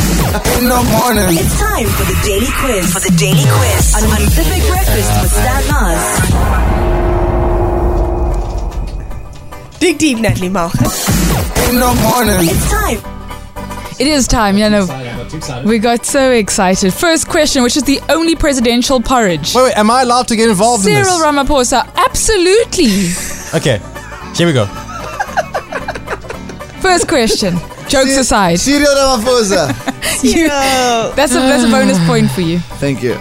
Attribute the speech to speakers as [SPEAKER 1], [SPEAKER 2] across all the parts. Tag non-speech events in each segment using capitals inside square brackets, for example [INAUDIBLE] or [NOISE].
[SPEAKER 1] in the morning.
[SPEAKER 2] It's time for the daily quiz. For the daily quiz on, on Pacific Breakfast with Stan Mars.
[SPEAKER 3] Dig deep, Natalie Malcolm.
[SPEAKER 1] In the morning.
[SPEAKER 2] It's time.
[SPEAKER 4] It is time, you know. We got so excited. First question, which is the only presidential porridge.
[SPEAKER 5] Wait, wait, am I allowed to get involved in
[SPEAKER 4] Cyril
[SPEAKER 5] this?
[SPEAKER 4] Ramaphosa, absolutely.
[SPEAKER 5] okay, here we go.
[SPEAKER 4] First question. Jokes aside,
[SPEAKER 5] Cyril Ramaphosa.
[SPEAKER 4] you-
[SPEAKER 3] Oh,
[SPEAKER 4] that's a that's a bonus point for you.
[SPEAKER 5] Thank you.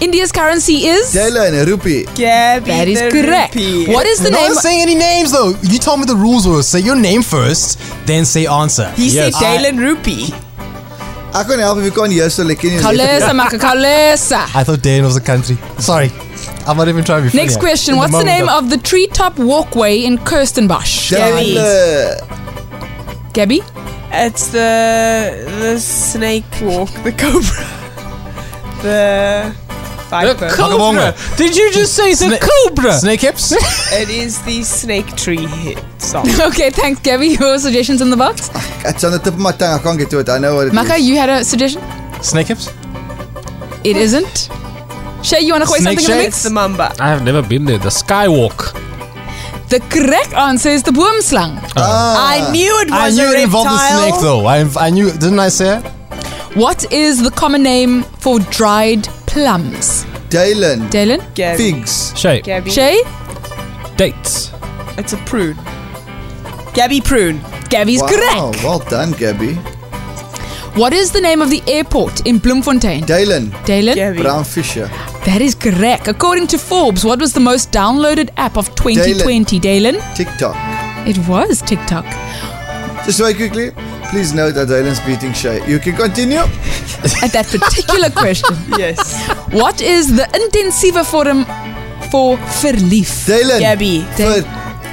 [SPEAKER 4] India's currency is.
[SPEAKER 5] Taylor and Rupi.
[SPEAKER 3] Gabby
[SPEAKER 4] That is
[SPEAKER 3] the
[SPEAKER 4] correct.
[SPEAKER 3] rupee.
[SPEAKER 4] What is the
[SPEAKER 5] No
[SPEAKER 4] name?
[SPEAKER 5] one's saying any names though. You told me the rules were say your name first, then say answer.
[SPEAKER 3] He
[SPEAKER 5] Yes.
[SPEAKER 3] said Jalen Rupee.
[SPEAKER 6] I can't help if you can't hear, so like, can you
[SPEAKER 4] Kalesa,
[SPEAKER 6] [LAUGHS]
[SPEAKER 4] Maka Kalesa.
[SPEAKER 5] I thought Dane was a country. Sorry. I'm not even trying to be funny.
[SPEAKER 4] Next question.
[SPEAKER 5] In
[SPEAKER 4] What's the,
[SPEAKER 5] moment,
[SPEAKER 4] name
[SPEAKER 5] though.
[SPEAKER 4] of the treetop walkway in Kirstenbosch?
[SPEAKER 3] Gabby.
[SPEAKER 6] Taylor.
[SPEAKER 4] Gabby? [LAUGHS]
[SPEAKER 3] It's the the snake walk, the cobra, the viper.
[SPEAKER 5] Cobra.
[SPEAKER 4] Did you just say the cobra?
[SPEAKER 5] Snake
[SPEAKER 4] [LAUGHS]
[SPEAKER 5] hips?
[SPEAKER 3] it is the snake tree hit song.
[SPEAKER 4] Okay, thanks, Gabby. [LAUGHS] Your suggestions in the box.
[SPEAKER 6] It's on the tip of my tongue. I can't get to it. I know what it is.
[SPEAKER 4] Maka, you had a suggestion?
[SPEAKER 5] Snake hips?
[SPEAKER 4] It isn't. Shay, you want to
[SPEAKER 5] Snake
[SPEAKER 4] something in the
[SPEAKER 5] Shay?
[SPEAKER 4] mix?
[SPEAKER 3] It's the mamba.
[SPEAKER 7] I have never been there. The Skywalk.
[SPEAKER 4] The correct answer is the boomslang.
[SPEAKER 6] Ah,
[SPEAKER 3] I knew it
[SPEAKER 5] I
[SPEAKER 3] was
[SPEAKER 5] knew
[SPEAKER 3] a
[SPEAKER 5] it involved a
[SPEAKER 3] reptile.
[SPEAKER 5] snake though. I, I knew didn't I say it?
[SPEAKER 4] What is the common name for dried plums?
[SPEAKER 6] Dylan.
[SPEAKER 4] Dylan?
[SPEAKER 3] Gabby.
[SPEAKER 6] Figs.
[SPEAKER 7] Shape.
[SPEAKER 3] Gabby.
[SPEAKER 4] Shay?
[SPEAKER 7] Dates.
[SPEAKER 3] It's a prune. Gabby prune.
[SPEAKER 4] Gabby's
[SPEAKER 6] Wow,
[SPEAKER 4] correct.
[SPEAKER 6] well done, Gabby.
[SPEAKER 4] What is the name of the airport in Bloemfontein?
[SPEAKER 6] Dylan.
[SPEAKER 4] Dylan?
[SPEAKER 3] Gabby.
[SPEAKER 6] Brown Fisher.
[SPEAKER 4] That is correct. According to Forbes, what was the most downloaded app of 2020, Dylan?
[SPEAKER 6] TikTok.
[SPEAKER 4] It was TikTok.
[SPEAKER 6] Just very quickly, please note that Dylan's beating Shay. You can continue.
[SPEAKER 4] At that
[SPEAKER 6] [LAUGHS]
[SPEAKER 4] particular question,
[SPEAKER 3] Yes.
[SPEAKER 4] what is the intensive forum for verlief?
[SPEAKER 6] Dylan.
[SPEAKER 3] Gabby.
[SPEAKER 6] Vir-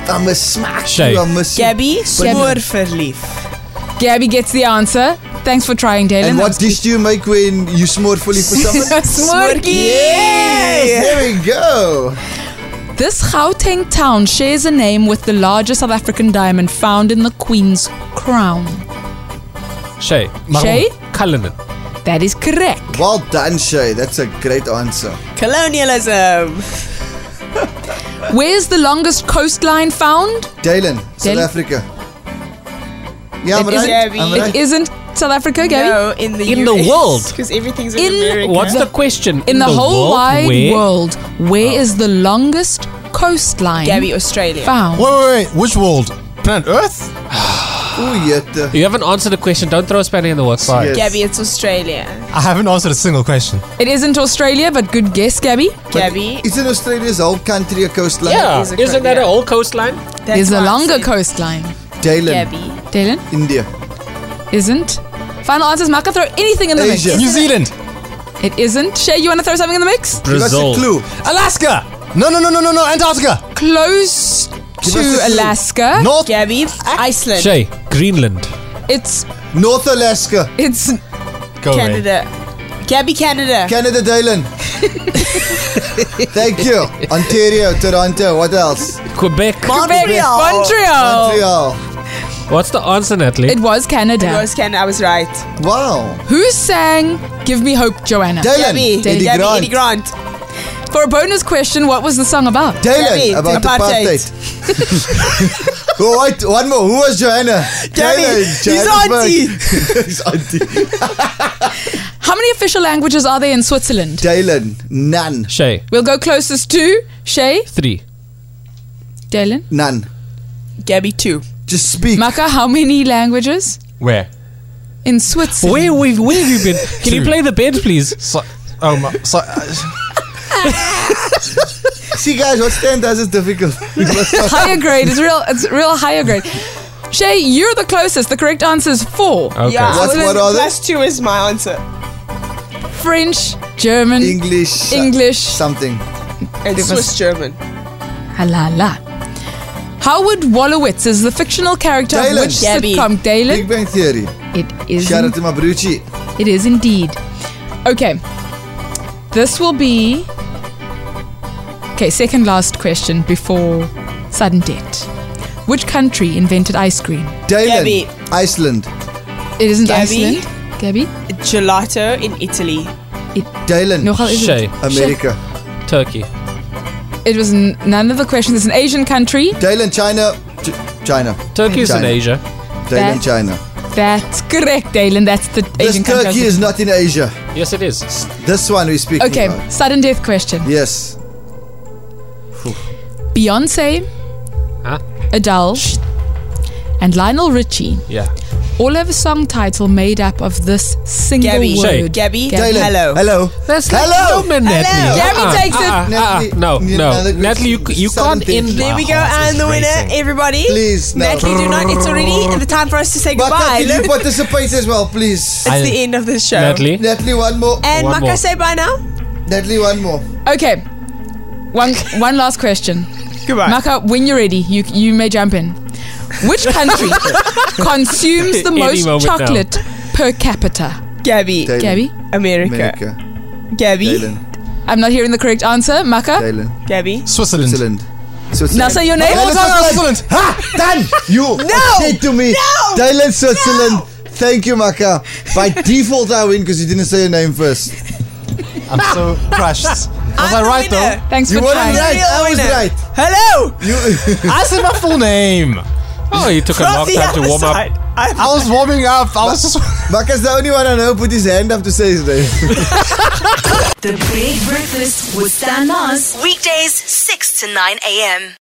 [SPEAKER 6] I'm a smack.
[SPEAKER 7] Shay.
[SPEAKER 6] you,
[SPEAKER 5] um,
[SPEAKER 6] I'm a sm-
[SPEAKER 3] Gabby.
[SPEAKER 4] Gabby.
[SPEAKER 3] Smoorverlief.
[SPEAKER 4] Gabby gets the answer. Thanks for trying, Dylan.
[SPEAKER 6] And what dish do you make when you smore fully
[SPEAKER 3] [LAUGHS]
[SPEAKER 6] for
[SPEAKER 4] [LAUGHS]
[SPEAKER 6] someone?
[SPEAKER 3] Yes.
[SPEAKER 6] there we go.
[SPEAKER 4] This Gauteng town shares a name with the largest South African diamond found in the Queen's crown.
[SPEAKER 7] Shay.
[SPEAKER 4] Shay?
[SPEAKER 7] Cullinan.
[SPEAKER 4] That is correct.
[SPEAKER 6] Well done, Shay. That's a great answer.
[SPEAKER 3] Colonialism.
[SPEAKER 4] Where's the longest coastline found?
[SPEAKER 6] Dylan, South
[SPEAKER 4] Dylan.
[SPEAKER 6] Africa. Yeah, I'm
[SPEAKER 4] It
[SPEAKER 6] right.
[SPEAKER 3] isn't-
[SPEAKER 6] I'm
[SPEAKER 4] It
[SPEAKER 6] right.
[SPEAKER 4] isn't South Africa, Gabby?
[SPEAKER 3] No, in the
[SPEAKER 7] In the world.
[SPEAKER 3] Because everything's in,
[SPEAKER 4] In-
[SPEAKER 3] America.
[SPEAKER 7] What's the question?
[SPEAKER 4] In the, whole
[SPEAKER 7] world?
[SPEAKER 4] wide
[SPEAKER 7] Where?
[SPEAKER 4] world, where is the longest coastline
[SPEAKER 3] Gabby Australia.
[SPEAKER 4] found?
[SPEAKER 5] Wait, wait, wait. Which world? Planet Earth?
[SPEAKER 6] Ooh, yet.
[SPEAKER 7] You haven't answered the question. Don't throw a spanner in the works.
[SPEAKER 5] Sorry.
[SPEAKER 6] Yes.
[SPEAKER 3] Gabby, it's Australia.
[SPEAKER 5] I haven't answered a single question.
[SPEAKER 4] It isn't Australia, but good guess, Gabby.
[SPEAKER 3] Gabby.
[SPEAKER 6] Isn't Australia's whole country a coastline?
[SPEAKER 7] Yeah.
[SPEAKER 3] is a
[SPEAKER 7] Isn't that
[SPEAKER 3] yeah.
[SPEAKER 7] a whole coastline?
[SPEAKER 3] That's
[SPEAKER 4] There's a
[SPEAKER 3] why I
[SPEAKER 4] longer
[SPEAKER 3] said
[SPEAKER 4] coastline.
[SPEAKER 6] Dylan,
[SPEAKER 3] Gabby.
[SPEAKER 4] Dylan,
[SPEAKER 6] India.
[SPEAKER 4] isn't. Final answers, Maka, throw anything in the
[SPEAKER 6] Asia.
[SPEAKER 5] New Zealand.
[SPEAKER 4] mix. It isn't. Shay, you want to throw something in the mix?
[SPEAKER 6] Give us a clue.
[SPEAKER 5] Alaska. No, no, no, no, no, no. Antarctica.
[SPEAKER 4] Close
[SPEAKER 6] Give
[SPEAKER 4] to
[SPEAKER 6] us a clue.
[SPEAKER 4] Alaska.
[SPEAKER 5] North.
[SPEAKER 3] Gabby. Iceland.
[SPEAKER 7] Shay. Greenland.
[SPEAKER 4] It's
[SPEAKER 6] North Alaska.
[SPEAKER 4] it's
[SPEAKER 5] Go away.
[SPEAKER 3] Canada. Gabby, Canada.
[SPEAKER 6] Canada,
[SPEAKER 3] [LAUGHS]
[SPEAKER 6] Dylan. Thank you. Ontario, Toronto, what else?
[SPEAKER 7] Quebec.
[SPEAKER 4] Quebec,
[SPEAKER 3] Montreal.
[SPEAKER 4] Montreal.
[SPEAKER 6] Montreal.
[SPEAKER 7] What's the answer, Natalie?
[SPEAKER 4] It was Canada.
[SPEAKER 3] It was Canada. I was right.
[SPEAKER 6] Wow.
[SPEAKER 4] Who sang "Give Me Hope," Joanna?
[SPEAKER 6] Dylan.
[SPEAKER 3] Gabby.
[SPEAKER 6] Eddie
[SPEAKER 3] Gabby,
[SPEAKER 6] Grant.
[SPEAKER 3] Eddie Grant.
[SPEAKER 4] For a bonus question, what was the song about?
[SPEAKER 6] Dylan,
[SPEAKER 3] Gabby,
[SPEAKER 6] about
[SPEAKER 3] apartheid.
[SPEAKER 6] apartheid. oh, wait, one more. Who was Joanna?
[SPEAKER 3] Gabby,
[SPEAKER 6] Dylan,
[SPEAKER 3] his
[SPEAKER 6] Johannesburg. [LAUGHS]
[SPEAKER 3] auntie.
[SPEAKER 6] his auntie.
[SPEAKER 4] How many official languages are there in Switzerland?
[SPEAKER 6] Dylan, none.
[SPEAKER 7] Shay.
[SPEAKER 4] We'll go closest to Shay,
[SPEAKER 7] Three.
[SPEAKER 4] Dylan,
[SPEAKER 6] None.
[SPEAKER 3] Gabby, too.
[SPEAKER 6] Just speak.
[SPEAKER 4] Maka. How many languages
[SPEAKER 5] Where?
[SPEAKER 4] in Switzerland?
[SPEAKER 7] Where, we've, where have you been? Can you
[SPEAKER 5] Two.
[SPEAKER 7] play the bed, please?
[SPEAKER 5] So, oh my. So, uh,
[SPEAKER 6] See, guys, what Stan does is difficult. [LAUGHS]
[SPEAKER 4] higher grade. It's real. It's real higher grade. Shay, you're the closest. The correct answer is four:
[SPEAKER 7] Okay.
[SPEAKER 3] Yeah.
[SPEAKER 6] What-
[SPEAKER 3] so then
[SPEAKER 6] what are they?
[SPEAKER 3] Plus two is my answer.
[SPEAKER 4] French, German,
[SPEAKER 6] English. uh,
[SPEAKER 4] English.
[SPEAKER 6] Something.
[SPEAKER 3] And Swiss German.
[SPEAKER 4] Halala. Howard Wolowitz is the fictional character of
[SPEAKER 6] Dylan.
[SPEAKER 4] which
[SPEAKER 3] Gabby.
[SPEAKER 4] sitcom?
[SPEAKER 6] Big
[SPEAKER 4] Dylan.
[SPEAKER 6] Bang Theory.
[SPEAKER 4] It is.
[SPEAKER 6] Shout out to my Brucci.
[SPEAKER 4] It is indeed. Okay. This will be. Okay, second last question before sudden death. Which country invented ice cream?
[SPEAKER 6] Dylan.
[SPEAKER 3] Gabby.
[SPEAKER 6] Iceland.
[SPEAKER 4] It isn't
[SPEAKER 3] Gabby.
[SPEAKER 4] Iceland. Gabby?
[SPEAKER 3] Gelato in Italy.
[SPEAKER 6] Dalen.
[SPEAKER 4] Nogal is
[SPEAKER 7] Shay.
[SPEAKER 4] it?
[SPEAKER 6] America.
[SPEAKER 7] Turkey.
[SPEAKER 4] It was n- none of the questions. It's an Asian country.
[SPEAKER 6] Dalen, China. Ch- China.
[SPEAKER 7] Turkey is in
[SPEAKER 6] China.
[SPEAKER 7] Asia.
[SPEAKER 6] Dalen,
[SPEAKER 4] That-
[SPEAKER 6] China.
[SPEAKER 4] That's correct, Dalen. That's the
[SPEAKER 6] This
[SPEAKER 4] Asian country. I was
[SPEAKER 6] Turkey is not in Asia.
[SPEAKER 7] Yes, it is.
[SPEAKER 6] This one we speak.
[SPEAKER 4] Okay, sudden death question.
[SPEAKER 6] Yes.
[SPEAKER 4] Beyonce,
[SPEAKER 7] Huh?
[SPEAKER 4] Adele, and Lionel Richie
[SPEAKER 7] Yeah.
[SPEAKER 4] all have a song title made up of this single
[SPEAKER 3] Gabby.
[SPEAKER 7] Shay.
[SPEAKER 4] word.
[SPEAKER 3] Gabby.
[SPEAKER 4] Gabby.
[SPEAKER 6] Dalen.
[SPEAKER 3] Hello.
[SPEAKER 6] Hello.
[SPEAKER 7] That's
[SPEAKER 6] Hello.
[SPEAKER 7] No, man, Natalie.
[SPEAKER 3] Gabby
[SPEAKER 7] Uh-uh,
[SPEAKER 3] takes it.
[SPEAKER 7] uh-uh,
[SPEAKER 6] Natalie,
[SPEAKER 7] uh-uh. No,
[SPEAKER 6] you know,
[SPEAKER 7] no.
[SPEAKER 6] like-
[SPEAKER 7] Natalie, you, you can't
[SPEAKER 6] Something.
[SPEAKER 7] end.
[SPEAKER 3] There we go,
[SPEAKER 7] My heart
[SPEAKER 3] and
[SPEAKER 7] is
[SPEAKER 3] the winner,
[SPEAKER 7] racing.
[SPEAKER 3] everybody.
[SPEAKER 6] Please, no.
[SPEAKER 3] Natalie, do not. It's already the time for us to say
[SPEAKER 6] But
[SPEAKER 3] goodbye.
[SPEAKER 6] Natalie, you
[SPEAKER 3] Look,
[SPEAKER 6] participate as well, please.
[SPEAKER 3] it's the end of this show.
[SPEAKER 7] Natalie.
[SPEAKER 6] Natalie, one more.
[SPEAKER 3] And
[SPEAKER 7] One
[SPEAKER 3] Maka,
[SPEAKER 7] more.
[SPEAKER 3] say bye now.
[SPEAKER 6] Natalie, one more.
[SPEAKER 4] Okay, one one last
[SPEAKER 7] [LAUGHS]
[SPEAKER 4] question.
[SPEAKER 3] Goodbye.
[SPEAKER 4] Maka, when you're ready, you you may jump in.
[SPEAKER 7] [LAUGHS]
[SPEAKER 4] Which country consumes the
[SPEAKER 7] Any
[SPEAKER 4] most
[SPEAKER 7] moment now.
[SPEAKER 4] chocolate per capita?
[SPEAKER 3] Gabby.
[SPEAKER 6] Dalen.
[SPEAKER 4] Gabby,
[SPEAKER 3] America.
[SPEAKER 6] America.
[SPEAKER 3] Gabby.
[SPEAKER 6] Dalen.
[SPEAKER 4] I'm not hearing the correct answer. Maka,
[SPEAKER 6] Dalen.
[SPEAKER 3] Gabby.
[SPEAKER 5] Switzerland.
[SPEAKER 6] Switzerland.
[SPEAKER 4] now
[SPEAKER 6] Switzerland.
[SPEAKER 4] say your name.
[SPEAKER 5] Dalen, Switzerland.
[SPEAKER 6] Ha! Done!
[SPEAKER 3] [LAUGHS]
[SPEAKER 6] You said to me,
[SPEAKER 3] No!
[SPEAKER 6] Dalen Switzerland. Thank you, Maka. By default, I win because you didn't say your name first.
[SPEAKER 5] I'm
[SPEAKER 3] [LAUGHS]
[SPEAKER 5] so crushed. Was
[SPEAKER 3] I'm
[SPEAKER 5] I
[SPEAKER 3] the
[SPEAKER 5] right
[SPEAKER 3] winner.
[SPEAKER 5] though?
[SPEAKER 4] Thanks
[SPEAKER 6] You
[SPEAKER 4] for
[SPEAKER 6] weren't
[SPEAKER 4] trying.
[SPEAKER 6] right.
[SPEAKER 3] Real
[SPEAKER 6] I was
[SPEAKER 3] winner.
[SPEAKER 6] right.
[SPEAKER 3] Hello.
[SPEAKER 5] I said my full name.
[SPEAKER 7] Oh, you took a
[SPEAKER 3] From
[SPEAKER 7] long
[SPEAKER 3] the
[SPEAKER 7] time to
[SPEAKER 3] other
[SPEAKER 7] warm up.
[SPEAKER 3] side. I'm
[SPEAKER 5] I was warming up. I was just.
[SPEAKER 6] Maka's the only one I know put his hand up to say his name.
[SPEAKER 2] The Big Breakfast with Stan Mars. Weekdays, 6 to 9 a.m.